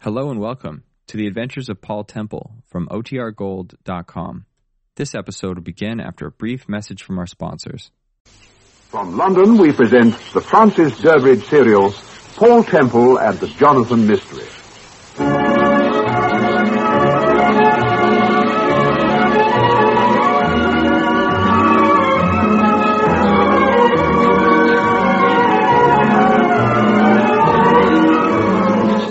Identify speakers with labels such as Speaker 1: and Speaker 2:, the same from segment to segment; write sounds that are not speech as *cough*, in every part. Speaker 1: Hello and welcome to the adventures of Paul Temple from OTRGold.com. This episode will begin after a brief message from our sponsors.
Speaker 2: From London, we present the Francis Durbridge serial, Paul Temple and the Jonathan Mystery.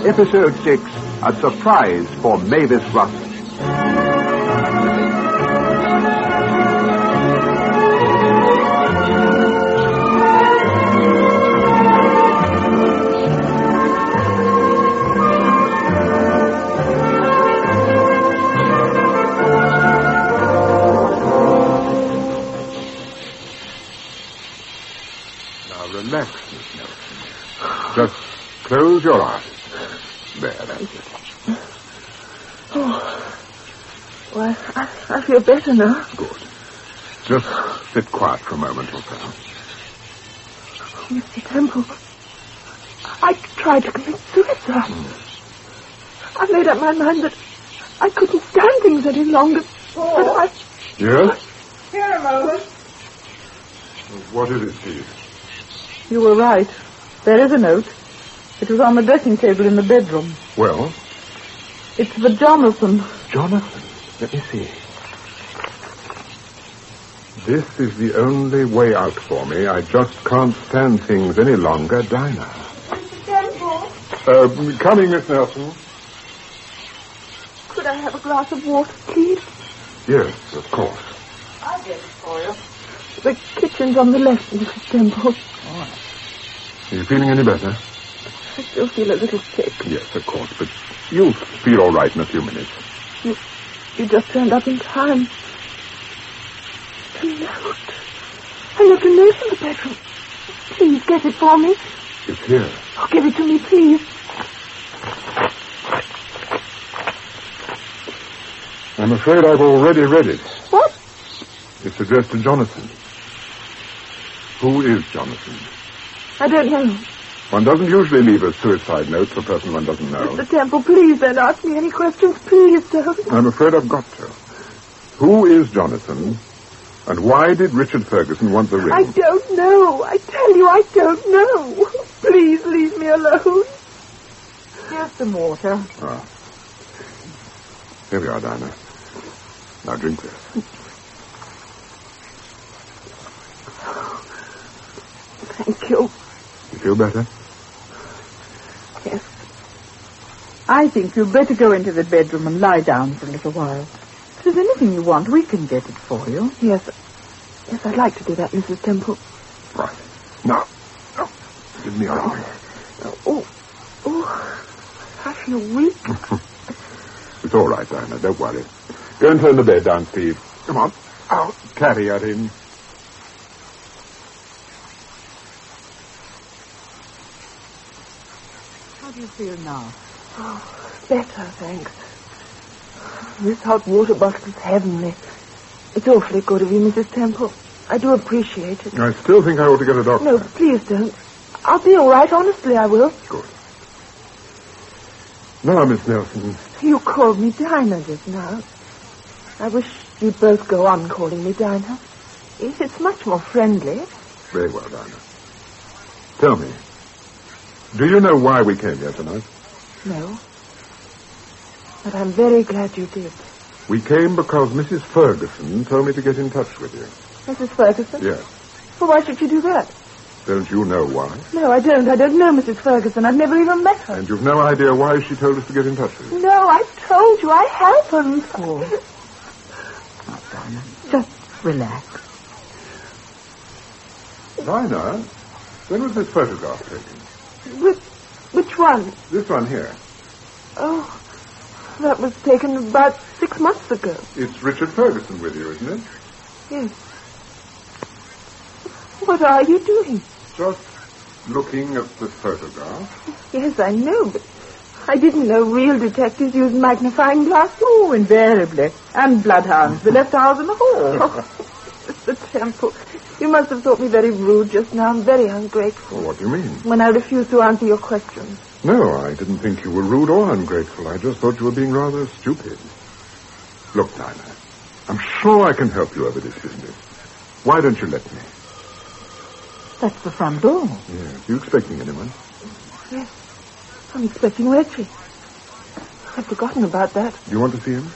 Speaker 2: Episode 6, A Surprise for Mavis Russell.
Speaker 3: Now relax, Miss Nelson. Just close your eyes. There, that's it.
Speaker 4: Well, I, I feel better now.
Speaker 3: Good. Just sit quiet for a moment or so.
Speaker 4: Mr. Temple, I tried to commit suicide. I've made up my mind that I couldn't stand things any longer. But I,
Speaker 3: Yes?
Speaker 4: Here a moment.
Speaker 3: What is it, please?
Speaker 5: You were right. There is a note. It was on the dressing table in the bedroom.
Speaker 3: Well?
Speaker 5: It's for Jonathan.
Speaker 3: Jonathan, let me see. This is the only way out for me. I just can't stand things any longer, Dinah. Mr. Temple? Uh, coming, Miss Nelson.
Speaker 4: Could I have a glass of water, please?
Speaker 3: Yes, of course.
Speaker 4: The kitchen's on the left, Mrs. Temple.
Speaker 3: Are you feeling any better?
Speaker 4: I still feel a little sick.
Speaker 3: Yes, of course, but you'll feel all right in a few minutes.
Speaker 4: You just turned up in time. A note. I left a note in the bedroom. Please get it for me.
Speaker 3: It's here.
Speaker 4: Oh, give it to me, please.
Speaker 3: I'm afraid I've already read it.
Speaker 4: What?
Speaker 3: It's addressed to Jonathan. Who is Jonathan?
Speaker 4: I don't know.
Speaker 3: One doesn't usually leave a suicide note for a person one doesn't know.
Speaker 4: Mr. Temple, please don't ask me any questions. Please don't.
Speaker 3: I'm afraid I've got to. Who is Jonathan? And why did Richard Ferguson want the ring?
Speaker 4: I don't know. I tell you, I don't know. Please leave me alone.
Speaker 5: Here's some water.
Speaker 3: Ah. Here we are, Dinah. Now drink this.
Speaker 4: Thank you.
Speaker 3: You feel better?
Speaker 4: Yes.
Speaker 5: I think you'd better go into the bedroom and lie down for a little while. If there's anything you want, we can get it for you.
Speaker 4: Yes. Yes, I'd like to do that, Mrs. Temple.
Speaker 3: Right. Now, now, give me your arm.
Speaker 4: Oh. Oh. I feel weak.
Speaker 3: It's all right, Dinah. Don't worry. Go and turn the bed down, Steve. Come on. I'll carry her in.
Speaker 5: How do you feel now?
Speaker 4: Better, thanks. This hot water bottle's heavenly. It's awfully good of you, Mrs. Temple. I do appreciate it.
Speaker 3: I still think I ought to get a doctor.
Speaker 4: No, please don't. I'll be all right, honestly, I will.
Speaker 3: Good. Now, Miss Nelson.
Speaker 4: You called me Dinah just now. I wish you'd both go on calling me Dinah. Yes, it's much more friendly.
Speaker 3: Very well, Dinah. Tell me, do you know why we came here tonight?
Speaker 4: No. But I'm very glad you did.
Speaker 3: We came because Mrs. Ferguson told me to get in touch with you.
Speaker 4: Mrs. Ferguson?
Speaker 3: Yes.
Speaker 4: Well, why should you do that?
Speaker 3: Don't you know why?
Speaker 4: No, I don't. I don't know Mrs. Ferguson. I've never even met her.
Speaker 3: And you've no idea why she told us to get in touch with you.
Speaker 4: No, I told you I haven't.
Speaker 5: Oh. Now, Dinah, just relax.
Speaker 3: Dinah, when was this photograph taken?
Speaker 4: Which, which one?
Speaker 3: This one here.
Speaker 4: Oh, that was taken about six months ago.
Speaker 3: It's Richard Ferguson with you, isn't it?
Speaker 4: Yes. What are you doing?
Speaker 3: Just looking at the photograph.
Speaker 4: Yes, I know, but I didn't know real detectives used magnifying glasses.
Speaker 5: Oh, invariably. And bloodhounds. They left ours in the hall.
Speaker 4: Oh, *laughs* Mr. Temple, you must have thought me very rude just now. I'm very ungrateful
Speaker 3: Well, what do you mean?
Speaker 4: when I refused to answer your questions.
Speaker 3: No, I didn't think you were rude or ungrateful. I just thought you were being rather stupid. Look, Nina, I'm sure I can help you over this business. Why don't you let me?
Speaker 4: That's the front door.
Speaker 3: Yes. You expecting anyone?
Speaker 6: Yes. I'm expecting Reggie. I've forgotten about that.
Speaker 3: Do you want to see him?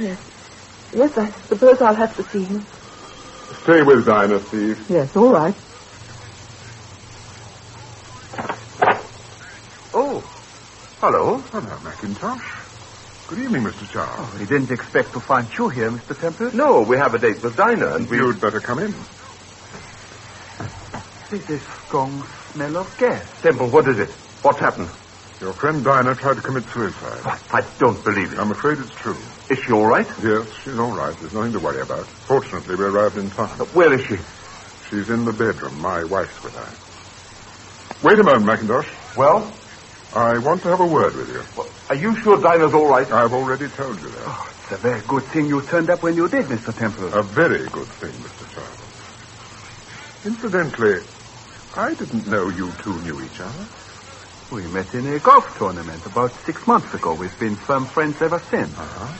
Speaker 6: Yes. Yes, I suppose I'll have to see him.
Speaker 3: Stay with Dinah, Steve.
Speaker 4: Yes, all right.
Speaker 7: Oh, hello.
Speaker 3: Hello, Mackintosh. Good evening, Mr. Charles.
Speaker 7: We didn't expect to find you here, Mr. Temple. No, we have a date with Dinah,
Speaker 3: Oh,
Speaker 7: and we...
Speaker 3: You'd better come in.
Speaker 7: There's a strong smell of gas.
Speaker 8: Temple, what is it? What's happened?
Speaker 3: Your friend Dinah tried to commit suicide.
Speaker 8: I don't believe
Speaker 3: I'm afraid it's true.
Speaker 8: Is she all right?
Speaker 3: Yes, she's all right. There's nothing to worry about. Fortunately, we arrived in time.
Speaker 8: Where is she?
Speaker 3: She's in the bedroom. My wife's with her. Wait a moment, Mackintosh.
Speaker 8: Well,
Speaker 3: I want to have a word with you.
Speaker 8: are you sure Dinah's all right?
Speaker 3: I've already told you that.
Speaker 7: It's a very good thing you turned up when you did, Mr.
Speaker 8: Uh.
Speaker 7: Temple.
Speaker 3: A very good thing, Mr. Charles. Incidentally, I didn't know you two knew each other.
Speaker 7: We met in a golf tournament about six months ago. We've been firm friends ever since.
Speaker 8: Uh.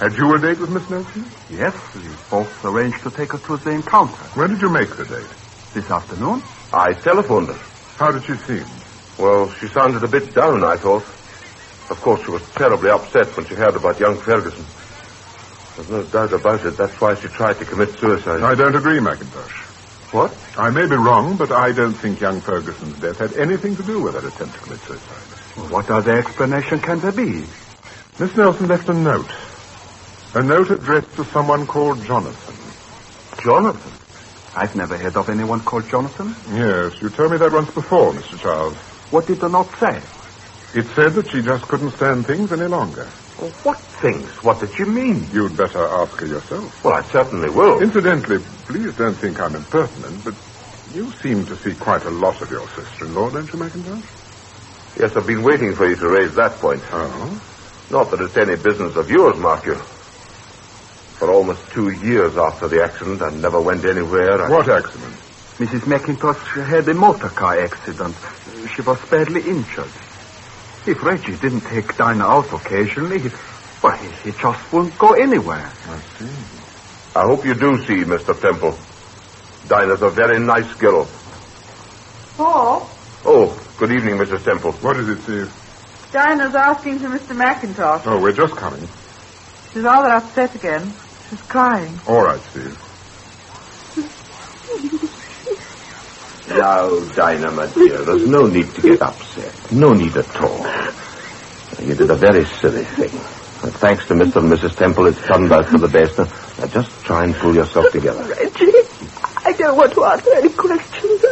Speaker 3: Had you a date with Miss Nelson?
Speaker 7: Yes, we both arranged to take her to the encounter
Speaker 3: When did you make the date?
Speaker 7: this afternoon.
Speaker 8: I telephoned her.
Speaker 3: How did she seem?
Speaker 8: Well, she sounded a bit down, I thought. Of course, she was terribly upset when she heard about young Ferguson. There's no doubt about it. That's why she tried to commit suicide.
Speaker 3: I don't agree, Mackintosh.
Speaker 8: What?
Speaker 3: I may be wrong, but I don't think young Ferguson's death had anything to do with that attempt to commit suicide.
Speaker 7: What other explanation can there be?
Speaker 3: Miss Nelson left a note. A note addressed to someone called Jonathan.
Speaker 7: Jonathan? I've never heard of anyone called Jonathan.
Speaker 3: Yes, you told me that once before, Mr. Charles.
Speaker 7: What did the note say?
Speaker 3: It said that she just couldn't stand things any longer.
Speaker 8: What things? What did she mean?
Speaker 3: You'd better ask her yourself.
Speaker 8: Well, I certainly will.
Speaker 3: Incidentally, please don't think I'm impertinent, but you seem to see quite a lot of your sister-in-law, don't you, Mackintosh?
Speaker 8: Yes, I've been waiting for you to raise that point.
Speaker 3: Oh?
Speaker 8: Not that it's any business of yours, mark you. For almost two years after the accident, I never went anywhere. I...
Speaker 3: What accident?
Speaker 7: Mrs. McIntosh had a motor car accident. She was badly injured. If Reggie didn't take Dinah out occasionally, he, well, he, he just wouldn't go anywhere.
Speaker 8: I hope you do see, Mr. Temple. Dinah's a very nice girl.
Speaker 4: Paul,
Speaker 8: Oh, good evening, Mrs. Temple.
Speaker 3: What is it, Steve?
Speaker 4: Dinah's asking for Mr. McIntosh.
Speaker 3: Oh, we're just coming.
Speaker 4: She's rather upset again. She's crying.
Speaker 3: All right, Steve.
Speaker 8: Now, Dinah, my dear, there's no need to get upset. No need at all. You did a very silly thing. And thanks to Mr. and Mrs. Temple, it's turned out for the best. Now, just try and pull yourself together.
Speaker 6: Reggie, I don't want to answer any questions.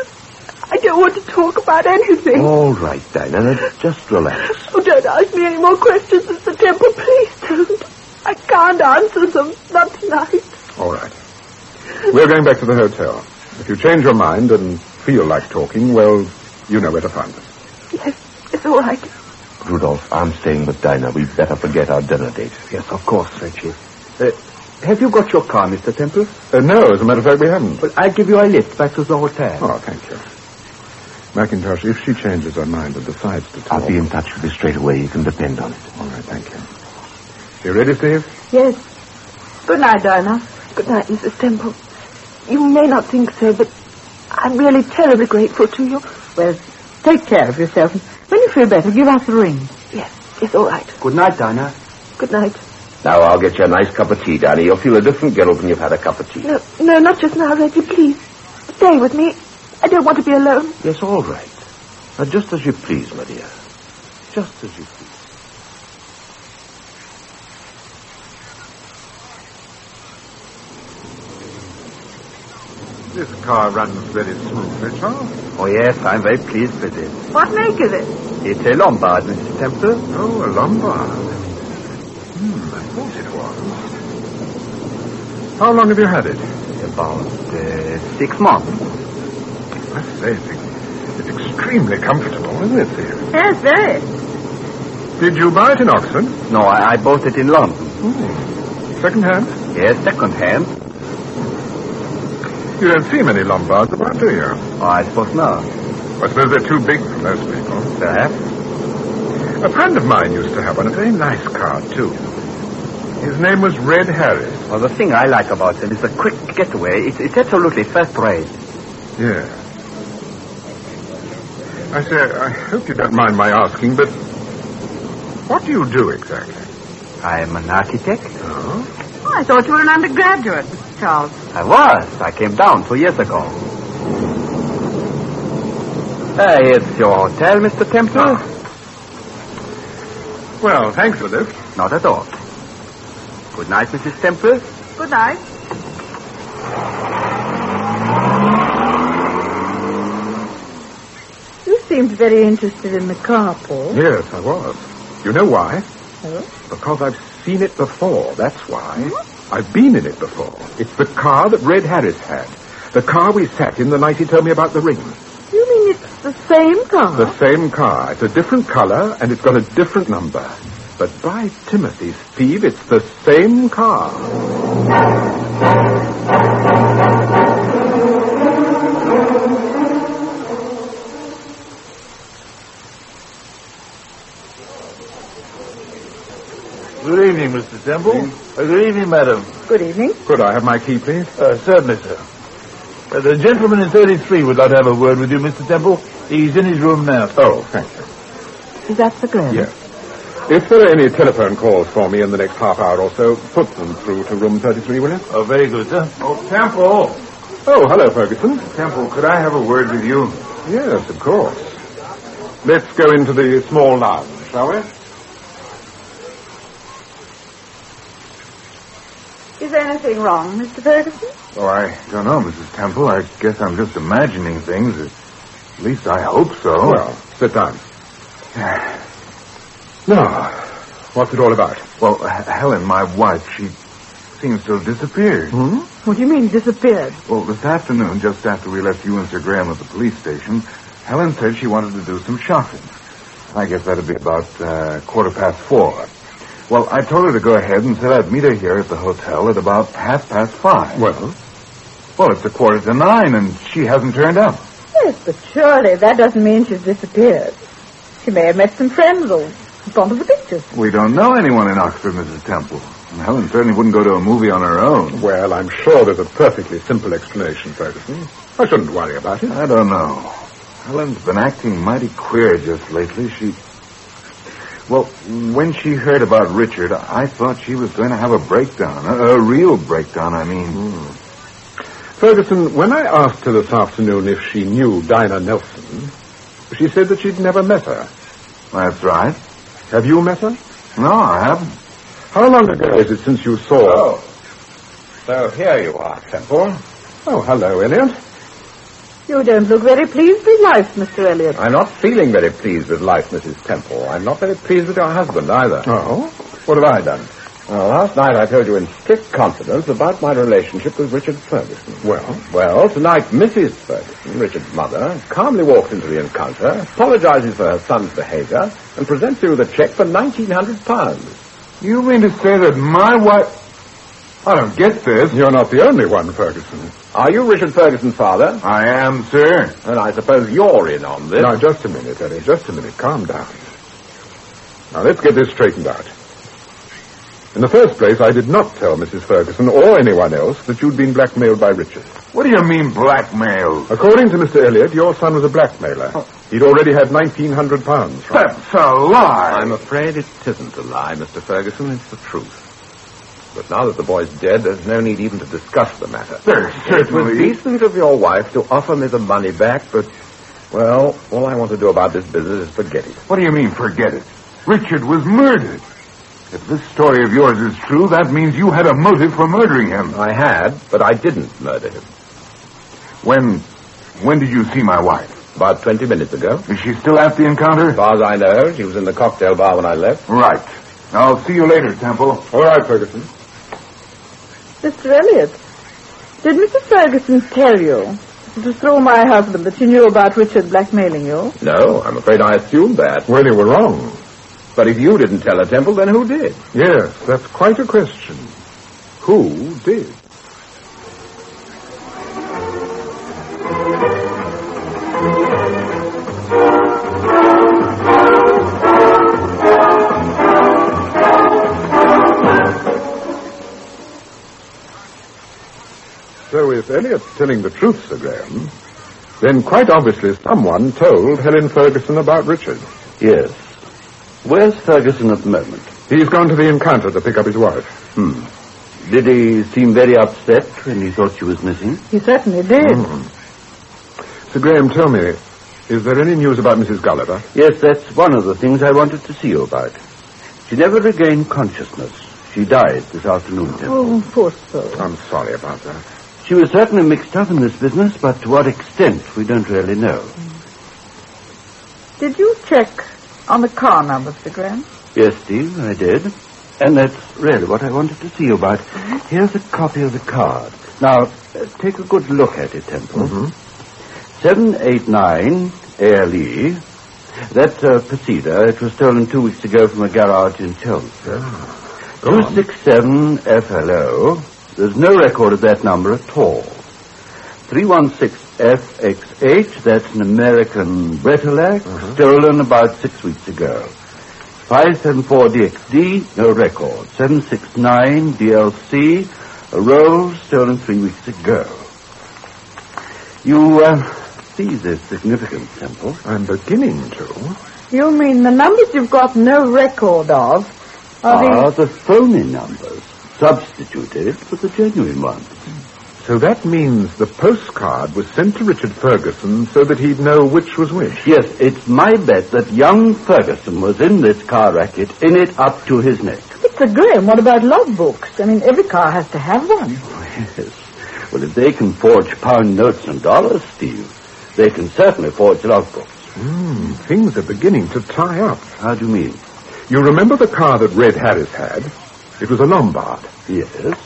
Speaker 6: I don't want to talk about anything.
Speaker 7: Oh.
Speaker 8: All right, Dinah, now just relax.
Speaker 6: Oh, don't ask me any more questions, Mr. Temple. Please don't. I can't answer them. Not tonight.
Speaker 3: All right. We're going back to the hotel. If you change your mind and feel like talking, well, you know where to find us.
Speaker 6: Yes, it's all right.
Speaker 8: Rudolph, I'm staying with Dinah. We'd better forget our dinner date.
Speaker 7: Yes, of course, Reggie. Uh, have you got your car, Mr. Temple?
Speaker 3: Uh, no, as a matter of fact, we haven't.
Speaker 7: Well, I give you a lift back to the hotel.
Speaker 3: Oh, thank you. Mackintosh, if she changes her mind and decides to talk.
Speaker 8: I'll be in touch with you straight away. You can depend on it.
Speaker 3: All right, thank you. You ready, Steve?
Speaker 6: Yes.
Speaker 4: Good night, Dinah.
Speaker 6: Good night, Mrs. Temple. You may not think so, but I'm really terribly grateful to you.
Speaker 4: Well, take care of yourself. When you feel better, give us a ring.
Speaker 6: Yes, it's all right.
Speaker 7: Good night, Dinah.
Speaker 6: Good night.
Speaker 8: Now, I'll get you a nice cup of tea, Dinah. You'll feel a different girl when you've had a cup of tea.
Speaker 6: No, no, not just now, Reggie. Please, stay with me. I don't want to be alone.
Speaker 8: Yes, all right. Now, just as you please, my dear. Just as you please.
Speaker 3: This car runs very smoothly, Charles.
Speaker 7: Oh, yes, I'm very pleased with it.
Speaker 4: What make is it?
Speaker 7: It's a Lombard, Mr. Temple.
Speaker 3: Oh, a Lombard. Hmm, I thought it was. How long have you had it?
Speaker 7: About uh, six months.
Speaker 3: I say, it's, it's extremely comfortable, isn't it, Steve?
Speaker 4: Yes, very.
Speaker 3: Did you buy it in Oxford?
Speaker 7: No, I, I bought it in London.
Speaker 3: Second hand?
Speaker 7: Yes, second hand.
Speaker 3: You don't see many Lombards about, do you?
Speaker 7: Oh, I suppose not.
Speaker 3: I suppose they're too big for most people.
Speaker 8: Perhaps.
Speaker 3: A friend of mine used to have one, a very nice car, too. His name was Red Harris.
Speaker 8: Well, the thing I like about them is the quick getaway. It's, it's absolutely first rate.
Speaker 3: Yeah. I say, I hope you don't mind my asking, but what do you do exactly?
Speaker 8: I'm an architect.
Speaker 4: I thought you were an undergraduate, Mr. Charles.
Speaker 8: I was. I came down two years ago. Hey, it's Uh, your hotel, Mr. Temple?
Speaker 9: Ah.
Speaker 3: Well, thanks for this.
Speaker 8: Not at all. Good night, Mrs. Temple.
Speaker 4: Good night. You seemed very interested in the car, Paul.
Speaker 3: Yes, I was. You know why? Because I've seen it before, that's why. I've been in it before. It's the car that Red Harris had. The car we sat in the night he told me about the ring.
Speaker 4: You mean it's the same car?
Speaker 3: The same car. It's a different color and it's got a different number. But by Timothy, Steve, it's the same car.
Speaker 9: Good evening, Mr. Temple. Uh, good evening, madam.
Speaker 4: Good evening.
Speaker 3: Could I have my key, please?
Speaker 9: Uh, certainly, sir. Uh, the gentleman in 33 would like to have a word with you, Mr. Temple. He's in his room now.
Speaker 3: Oh, thank you.
Speaker 4: Is that the Glen?
Speaker 3: Yes. If there are any telephone calls for me in the next half hour or so, put them through to room 33, will you?
Speaker 9: Oh, very good, sir.
Speaker 7: Oh, Temple!
Speaker 3: Oh, hello, Ferguson.
Speaker 7: Temple, could I have a word with you?
Speaker 3: Yes, of course. Let's go into the small lounge, shall we?
Speaker 4: Is there anything wrong, Mr. Ferguson?
Speaker 7: Oh, I don't know, Mrs. Temple. I guess I'm just imagining things. At least I hope so.
Speaker 3: Well, sit
Speaker 7: *sighs*
Speaker 3: down. Now, what's it all about?
Speaker 7: Well, H- Helen, my wife, she seems to have disappeared.
Speaker 4: What do you mean, disappeared?
Speaker 7: Well, this afternoon, just after we left you and Sir Graham at the police station, Helen said she wanted to do some shopping. I guess that'd be about uh, quarter past four. Well, I told her to go ahead and said I'd meet her here at the hotel at about half past five.
Speaker 3: Well,
Speaker 7: Well, it's a quarter to nine, and she hasn't turned up.
Speaker 4: Yes, but surely that doesn't mean she's disappeared. She may have met some friends or gone to the pictures.
Speaker 7: We don't know anyone in Oxford, Mrs. Temple. And Helen certainly wouldn't go to a movie on her own.
Speaker 3: well, I'm sure there's a perfectly simple explanation, Ferguson. I shouldn't worry about it.
Speaker 7: I don't know. Helen's been acting mighty queer just lately. She. Well, when she heard about Richard, I thought she was going to have a breakdown. A, a real breakdown, I mean.
Speaker 8: Hmm.
Speaker 3: Ferguson, when I asked her this afternoon if she knew Dinah Nelson, she said that she'd never met her.
Speaker 7: That's right.
Speaker 3: Have you met her?
Speaker 7: No, I haven't.
Speaker 3: How long ago Oh. is it since you saw her?
Speaker 8: So here you are, Temple.
Speaker 3: Oh, hello, Elliot.
Speaker 4: You don't look very pleased with life, Mr. Elliot.
Speaker 8: I'm not feeling very pleased with life, Mrs. Temple. I'm not very pleased with your husband either.
Speaker 3: Oh?
Speaker 8: What have I done? Well, last night I told you in strict confidence about my relationship with Richard Ferguson.
Speaker 3: Well?
Speaker 8: Well, tonight Mrs. Ferguson, Richard's mother, calmly walks into the encounter, apologizes for her son's behavior, and presents you with a check for £1,900.
Speaker 7: You mean to say that my wife. I don't get this.
Speaker 3: You're not the only one, Ferguson.
Speaker 8: Are you Richard Ferguson's father?
Speaker 7: I am, sir.
Speaker 8: And I suppose you're in on this.
Speaker 3: Now, just a minute, Elliot. Just a minute. Calm down. Now, let's get this straightened out. In the first place, I did not tell Mrs. Ferguson or anyone else that you'd been blackmailed by Richard.
Speaker 7: What do you mean, blackmail?
Speaker 3: According to Mr. Elliot, your son was a blackmailer.
Speaker 8: Oh.
Speaker 3: He'd already had £1,900 from
Speaker 7: That's a lie.
Speaker 8: I'm afraid it isn't a lie, Mr. Ferguson. It's the truth. But now that the boy's dead, there's no need even to discuss the matter.
Speaker 7: There
Speaker 8: It was
Speaker 7: certainly
Speaker 8: decent of your wife to offer me the money back, but, well, all I want to do about this business is forget it.
Speaker 7: What do you mean, forget it? Richard was murdered. If this story of yours is true, that means you had a motive for murdering him.
Speaker 8: I had, but I didn't murder him.
Speaker 7: When, when did you see my wife?
Speaker 8: About 20 minutes ago.
Speaker 7: Is she still at the
Speaker 8: As
Speaker 7: encounter?
Speaker 8: far as I know, she was in the cocktail bar when I left.
Speaker 7: Right. I'll see you later, Temple.
Speaker 3: All right, Ferguson.
Speaker 4: Mr. Elliot, did Mrs. Ferguson tell you it was through my husband that she knew about Richard blackmailing you?
Speaker 8: No, I'm afraid I assumed that.
Speaker 3: Well, you were wrong.
Speaker 8: But if you didn't tell her, Temple, then who *laughs* did?
Speaker 3: Yes, that's quite a question. Who did? was Elliot telling the truth, Sir Graham, then quite obviously someone told Helen Ferguson about Richard.
Speaker 7: Yes. Where's Ferguson at the moment?
Speaker 3: He's gone to the encounter to pick up his wife.
Speaker 7: Hmm. Did he seem very upset when he thought she was missing?
Speaker 4: He certainly did.
Speaker 3: Sir Graham, tell me, is there any news about Mrs. Gulliver?
Speaker 7: Yes, that's one of the things I wanted to see you about. She never regained consciousness. She died this afternoon, Temple.
Speaker 4: Oh, poor soul.
Speaker 3: I'm sorry about that.
Speaker 7: She was certainly mixed up in this business, but to what extent, we don't really know.
Speaker 4: Did you check on the car number, Sir Graham?
Speaker 7: Yes, Steve, I did. And that's really what I wanted to see you about. Here's a copy of the card. Now, uh, take a good look at it, Temple. 789 ALE. That's a Pasida. uh, It was stolen two weeks ago from a garage in Chelmsford. 267 FLO. There's no record of that number at all. 316FXH, that's an American Bretelac, stolen about six weeks ago. 574DXD, no record. 769DLC, a roll stolen three weeks ago. You uh, see the significance, Temple?
Speaker 3: I'm beginning to.
Speaker 4: You mean the numbers you've got no record of are the...
Speaker 7: Are Ah, the phony numbers substituted for the genuine ones?
Speaker 3: So that means the postcard was sent to Richard Ferguson so that he'd know which was which.
Speaker 7: Yes, it's my bet that young Ferguson was in this car racket, in it up to his neck.
Speaker 4: But Sir Graham, what about logbooks? I mean, every car has to have one.
Speaker 7: Yes. Well, if they can forge pound notes and dollars, Steve, they can certainly forge logbooks.
Speaker 3: Hmm, things are beginning to tie up.
Speaker 7: How do you mean?
Speaker 3: You remember the car that Red Harris had? It was a Lombard.
Speaker 7: Yes.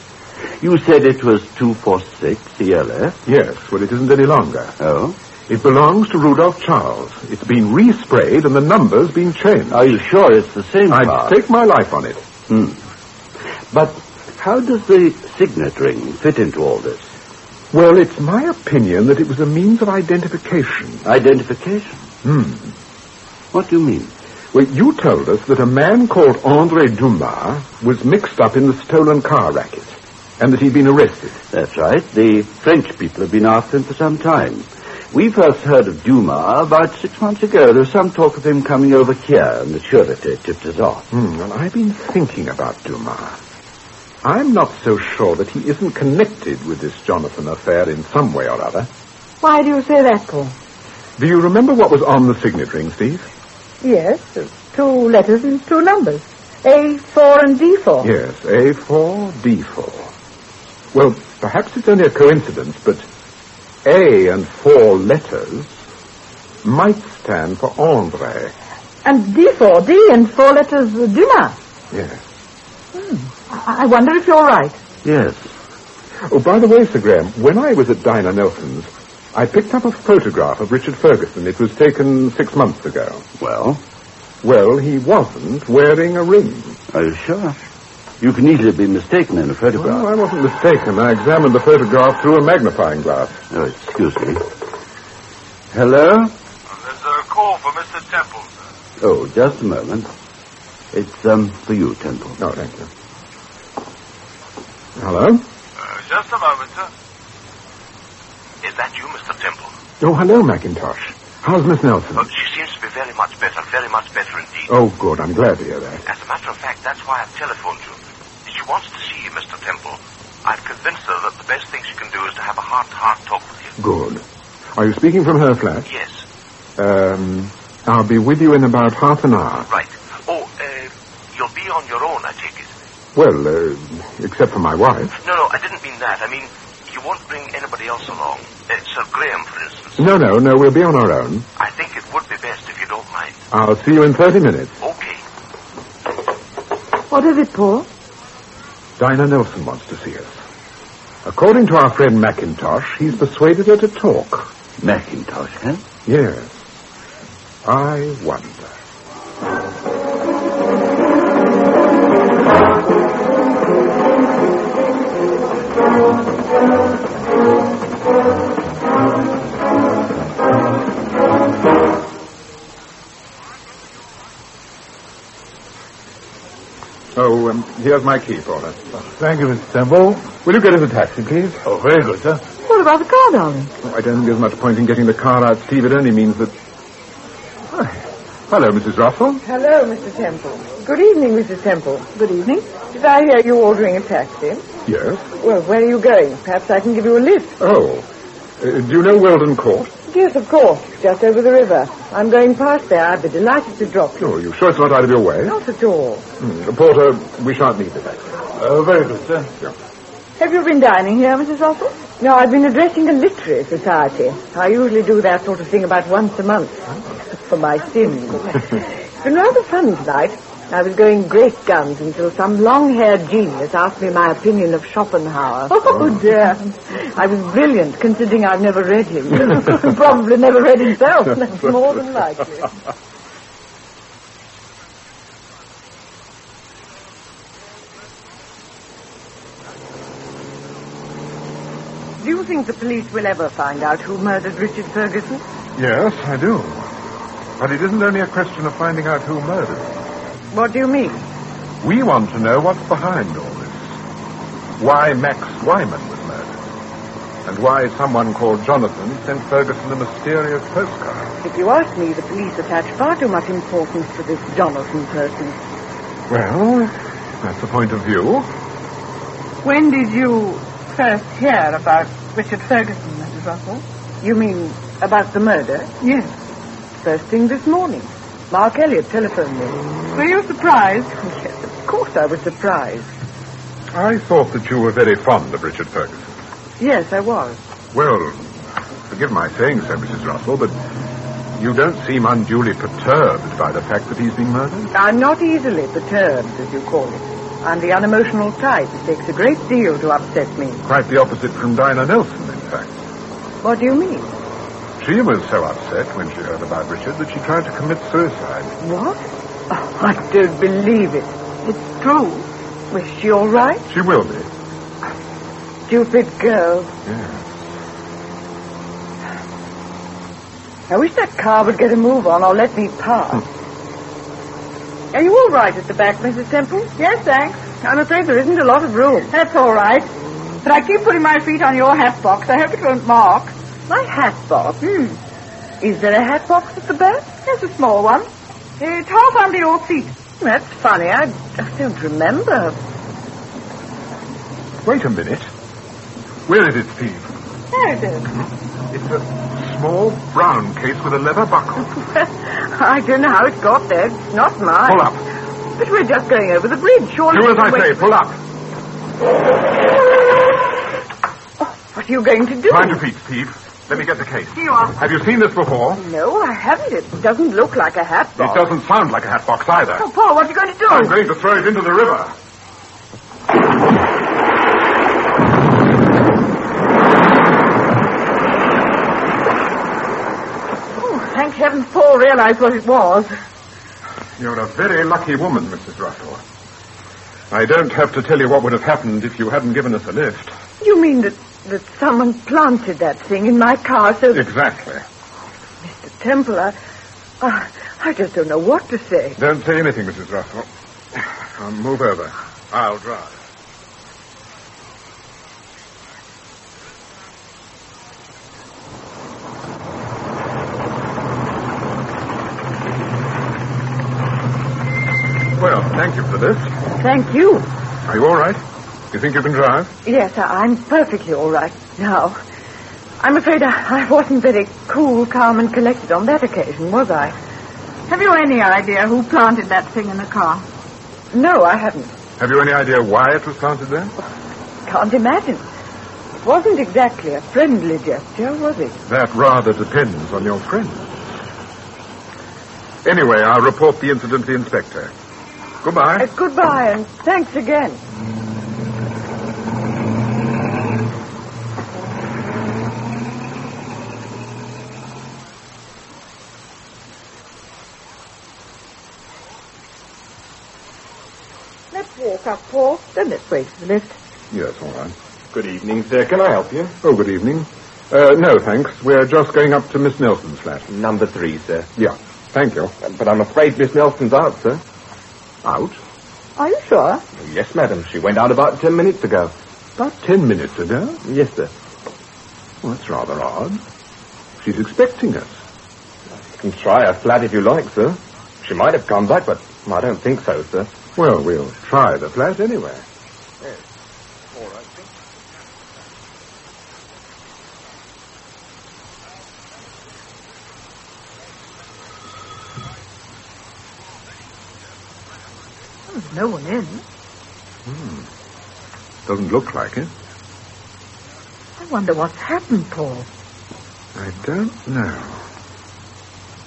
Speaker 7: You said it was 246 CLF.
Speaker 3: Yes, well, it isn't any longer.
Speaker 7: Oh?
Speaker 3: It belongs to Rudolph Charles. It's been resprayed and the number's been changed.
Speaker 7: Are you sure it's the same
Speaker 3: I'd
Speaker 7: car?
Speaker 3: stake my life on it.
Speaker 7: But how does the signet ring fit into all this?
Speaker 3: Well, it's my opinion that it was a means of identification.
Speaker 7: Identification?
Speaker 3: Hmm.
Speaker 7: What do you mean?
Speaker 3: Well, you told us that a man called Andre Dumas was mixed up in the stolen car racket and that he'd been arrested.
Speaker 7: That's right. The French people have been after him for some time. We first heard of Dumas about six months ago. There was some talk of him coming over here, and the surety tipped us off.
Speaker 3: Hmm, well, I've been thinking about Dumas. I'm not so sure that he isn't connected with this Jonathan affair in some way or other.
Speaker 4: Why do you say that, Paul?
Speaker 3: Do you remember what was on the signet ring, Steve?
Speaker 4: Yes, it's two letters and two numbers. A4 and D4.
Speaker 3: Yes, A4, D4. Well, perhaps it's only a coincidence, but A and four letters might stand for Andre.
Speaker 4: And D4, D and four letters uh, Dumas. Hmm.
Speaker 3: Yes.
Speaker 4: I I wonder if you're right.
Speaker 7: Yes.
Speaker 3: Oh, by the way, Sir Graham, when I was at Dinah Nelson's, I picked up a photograph of Richard Ferguson. It was taken six months ago.
Speaker 7: Well,
Speaker 3: Well, he wasn't wearing a ring.
Speaker 7: are you sure? You can easily be mistaken in a photograph.
Speaker 3: Well, I wasn't mistaken. I examined the photograph through a magnifying glass.
Speaker 7: Oh, excuse me. Hello?
Speaker 9: There's a call for Mr. Temple, sir.
Speaker 7: Oh, just a moment. It's um for you, Temple.
Speaker 3: No, thank you. Hello?
Speaker 9: Uh, just a moment, sir. Is that you, Mr. Temple?
Speaker 3: Oh, hello, McIntosh. How's Miss Nelson?
Speaker 9: Oh, she seems to be very much better, very much better indeed.
Speaker 3: Oh, good. I'm glad to hear that.
Speaker 9: As a matter of fact, that's why I've telephoned you. She wants to see you, Mr. Temple. I've convinced her that the best thing she can do is to have a heart-to-heart talk with you.
Speaker 3: Good. Are you speaking from her flat?
Speaker 9: Yes,
Speaker 3: Um, I'll be with you in about half an hour.
Speaker 9: right. Oh, uh, you'll be on your own, I take it.
Speaker 3: Well, uh, except for my wife.
Speaker 9: No, no, I didn't mean that. I mean, you won't bring anybody else along. Uh, Sir Graham, for instance.
Speaker 3: No, no, no. We'll be on our own.
Speaker 9: I think it would be best if you don't mind.
Speaker 3: I'll see you in 30 minutes.
Speaker 9: Okay.
Speaker 4: What is it, Paul?
Speaker 3: Dinah Nelson wants to see us. According to our friend McIntosh, he's persuaded her to talk.
Speaker 7: Macintosh, huh?
Speaker 3: Yes. I wonder. Oh, um, here's my key, Porter.
Speaker 9: Thank you, Mr. Temple.
Speaker 3: Will you get us a taxi, please?
Speaker 9: Oh, very good, sir.
Speaker 4: Well, about the car, darling?
Speaker 10: Oh, I don't think there's much point in getting the car out, Steve. It only means that. Why, hello, Mrs. Russell.
Speaker 4: Hello, Mr. Temple. Good evening, Mrs. Temple. Good evening. Did I hear you ordering a taxi?
Speaker 10: Yes.
Speaker 4: Well, where are you going? Perhaps I can give you a lift.
Speaker 10: Oh. Uh, do you know Weldon Court?
Speaker 4: Yes, of course. Just over the river. I'm going past there. I'd be delighted to drop you.
Speaker 10: Oh, you sure it's not out of your way?
Speaker 4: Not at all.
Speaker 10: Hmm, Porter, we shan't need the taxi.
Speaker 3: Oh, very good, sir.
Speaker 4: Have you been dining here, Mrs. Russell? No, I've been addressing a literary society. I usually do that sort of thing about once a month for my *laughs* sins. it's been rather fun tonight. I was going great guns until some long-haired genius asked me my opinion of Schopenhauer. Oh, dear. I was brilliant, considering I've never read him. *laughs* Probably never read *laughs* himself. That's more than likely. Do you think the police will ever find out who murdered Richard Ferguson?
Speaker 3: Yes, I do. But it isn't only a question of finding out who murdered. him.
Speaker 4: What do you mean?
Speaker 3: We want to know what's behind all this. Why Max Wyman was murdered. And why someone called Jonathan sent Ferguson a mysterious postcard.
Speaker 4: If you ask me, the police attach far too much importance to this Jonathan person.
Speaker 3: Well, that's a point of view.
Speaker 4: When did you first hear about Richard Ferguson, Mrs. Russell? You mean about the murder? Yes. First thing this morning. Mark Elliot telephoned me. Were you surprised? *laughs* Yes, of course I was surprised.
Speaker 3: I thought that you were very fond of Richard Ferguson.
Speaker 4: Yes, I was.
Speaker 3: Well, forgive my saying so, Mrs. Russell, but you don't seem unduly perturbed by the fact that he's been murdered.
Speaker 4: I'm not easily perturbed, as you call it. I'm the unemotional type. It takes a great deal to upset me.
Speaker 3: Quite the opposite from Dinah Nelson, in fact.
Speaker 4: What do you mean?
Speaker 3: She was so upset when she heard about Richard that she tried to commit suicide.
Speaker 4: What? Oh, I don't believe it. It's true. Was she all right?
Speaker 3: She will be.
Speaker 4: Stupid girl.
Speaker 3: Yes.
Speaker 4: I wish that car would get a move on or let me pass. Are you all right at the back, Mrs. Temple? Hmm. Yes, thanks. I'm afraid there isn't a lot of room. That's all right. But I keep putting my feet on your hat box. I hope it won't mark. My hat box? Hmm. Is there a hat box at the back? There's a small one. It's half under your feet. That's funny. I, I don't remember.
Speaker 3: Wait a minute. Where is it, Steve?
Speaker 4: There it is.
Speaker 3: It's a small brown case with a leather buckle.
Speaker 4: *laughs* I don't know how it got there. It's not mine.
Speaker 3: Pull up.
Speaker 4: But we're just going over the bridge, surely.
Speaker 3: Do as I
Speaker 4: Wait.
Speaker 3: say. Pull up.
Speaker 4: What are you going to do?
Speaker 3: Find your feet, Steve. Let me get the case.
Speaker 4: Here you are.
Speaker 3: Have you seen this before?
Speaker 4: No, I haven't. It doesn't look like a hat
Speaker 3: It
Speaker 4: box.
Speaker 3: doesn't sound like a hatbox either.
Speaker 4: Oh, Paul, what are you going to do?
Speaker 3: I'm going to throw it into the river.
Speaker 4: Oh, thank heaven Paul realized what it was.
Speaker 3: You're a very lucky woman, Mrs. Russell. I don't have to tell you what would have happened if you hadn't given us a lift.
Speaker 4: You mean that, that someone planted that thing in my car so that
Speaker 3: Exactly.
Speaker 4: Mr. Temple, I, I, uh, I just don't know what to say.
Speaker 3: Don't say anything, Mrs. Russell. I'll move over. I'll drive. Well, thank you for this.
Speaker 4: Thank you.
Speaker 3: Are you all right? You think you can drive?
Speaker 4: Yes, I, I'm perfectly all right now. I'm afraid I, I wasn't very cool, calm, and collected on that occasion, was I? Have you any idea who planted that thing in the car? No, I haven't.
Speaker 3: Have you any idea why it was planted there?
Speaker 4: Can't imagine. It wasn't exactly a friendly gesture, was it?
Speaker 3: That rather depends on your friend. Anyway, I'll report the incident to the inspector. Goodbye.
Speaker 4: Uh, goodbye, and thanks again. Let's walk up, Paul. Then let's wait for the lift.
Speaker 3: Yes, all right.
Speaker 10: Good evening, sir. Can I help you?
Speaker 3: Oh, good evening. Uh, no, thanks. We're just going up to Miss Nelson's flat.
Speaker 8: Number three, sir.
Speaker 3: Yeah, thank you.
Speaker 8: But I'm afraid Miss Nelson's out, sir.
Speaker 3: Out?
Speaker 4: Are you sure?
Speaker 8: Yes, madam. She went out about ten minutes ago.
Speaker 3: About ten minutes ago.
Speaker 8: Yes, sir.
Speaker 3: Well, Oh, that's rather odd. She's expecting us.
Speaker 8: You can try her flat if you like, sir. She might have come back, but I don't think so, sir.
Speaker 3: Well, we'll try the flat anyway.
Speaker 4: There's no one in.
Speaker 3: Doesn't look like it.
Speaker 4: I wonder what's happened, Paul.
Speaker 3: I don't know.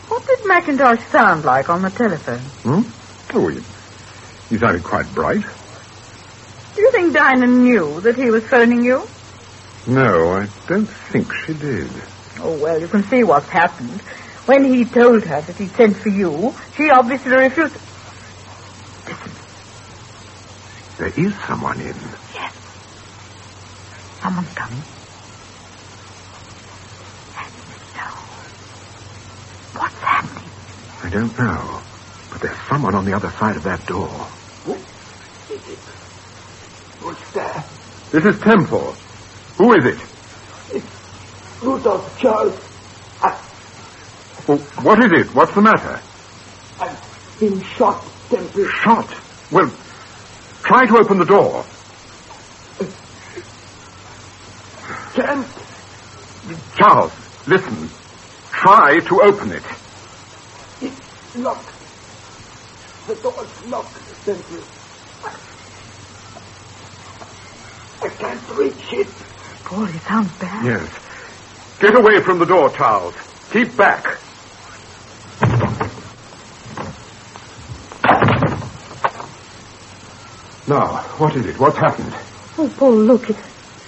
Speaker 4: What did McIntosh sound like on the telephone?
Speaker 3: Hmm? Oh, he, he sounded quite bright.
Speaker 4: Do you think Dinah knew that he was phoning you?
Speaker 3: No, I don't think she did.
Speaker 4: Oh, well, you can see what's happened. When he told her that he sent for you, she obviously refused.
Speaker 3: There is someone in.
Speaker 4: Someone's coming. What's happening?
Speaker 3: I don't know. But there's someone on the other side of that door.
Speaker 8: What's that?
Speaker 3: This is Temple. Who is it?
Speaker 8: Rudolph Charles.
Speaker 3: Well, what is it? What's the matter?
Speaker 8: I've been shot, Temple.
Speaker 3: Shot. Well, try to open the door.
Speaker 8: Temple.
Speaker 3: Charles, listen. Try to open it.
Speaker 8: It's locked. The door's locked, Temple. I can't reach it.
Speaker 4: Paul, he sounds bad.
Speaker 3: Yes. Get away from the door, Charles. Keep back. Now, what is it? What's happened?
Speaker 4: Oh, Paul, look. It,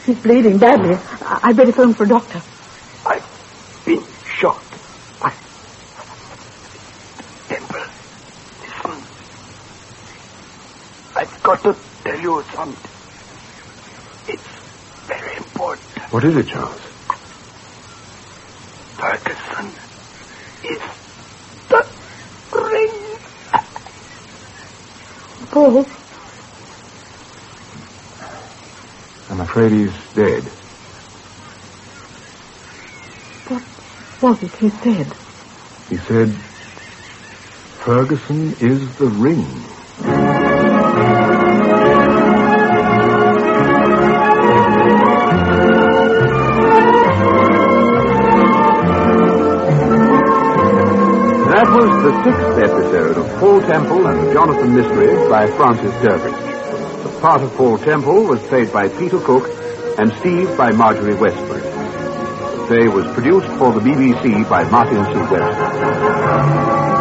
Speaker 4: he's bleeding badly. I, I better phone for a doctor.
Speaker 8: I've been shot. I... Temple, listen. I've got to tell you something. It's very important.
Speaker 3: What is it, Charles?
Speaker 8: Ferguson is the ring.
Speaker 4: Paul,
Speaker 3: I'm afraid he's dead.
Speaker 4: what was it he said?
Speaker 3: He said, Ferguson is the ring.
Speaker 8: That was the sixth episode of Paul Temple and the Jonathan Mystery by Francis Durbridge. The part of Paul Temple was played by Peter Cook and Steve by Marjorie Westbury. The play was produced for the BBC by Martin C. Webster.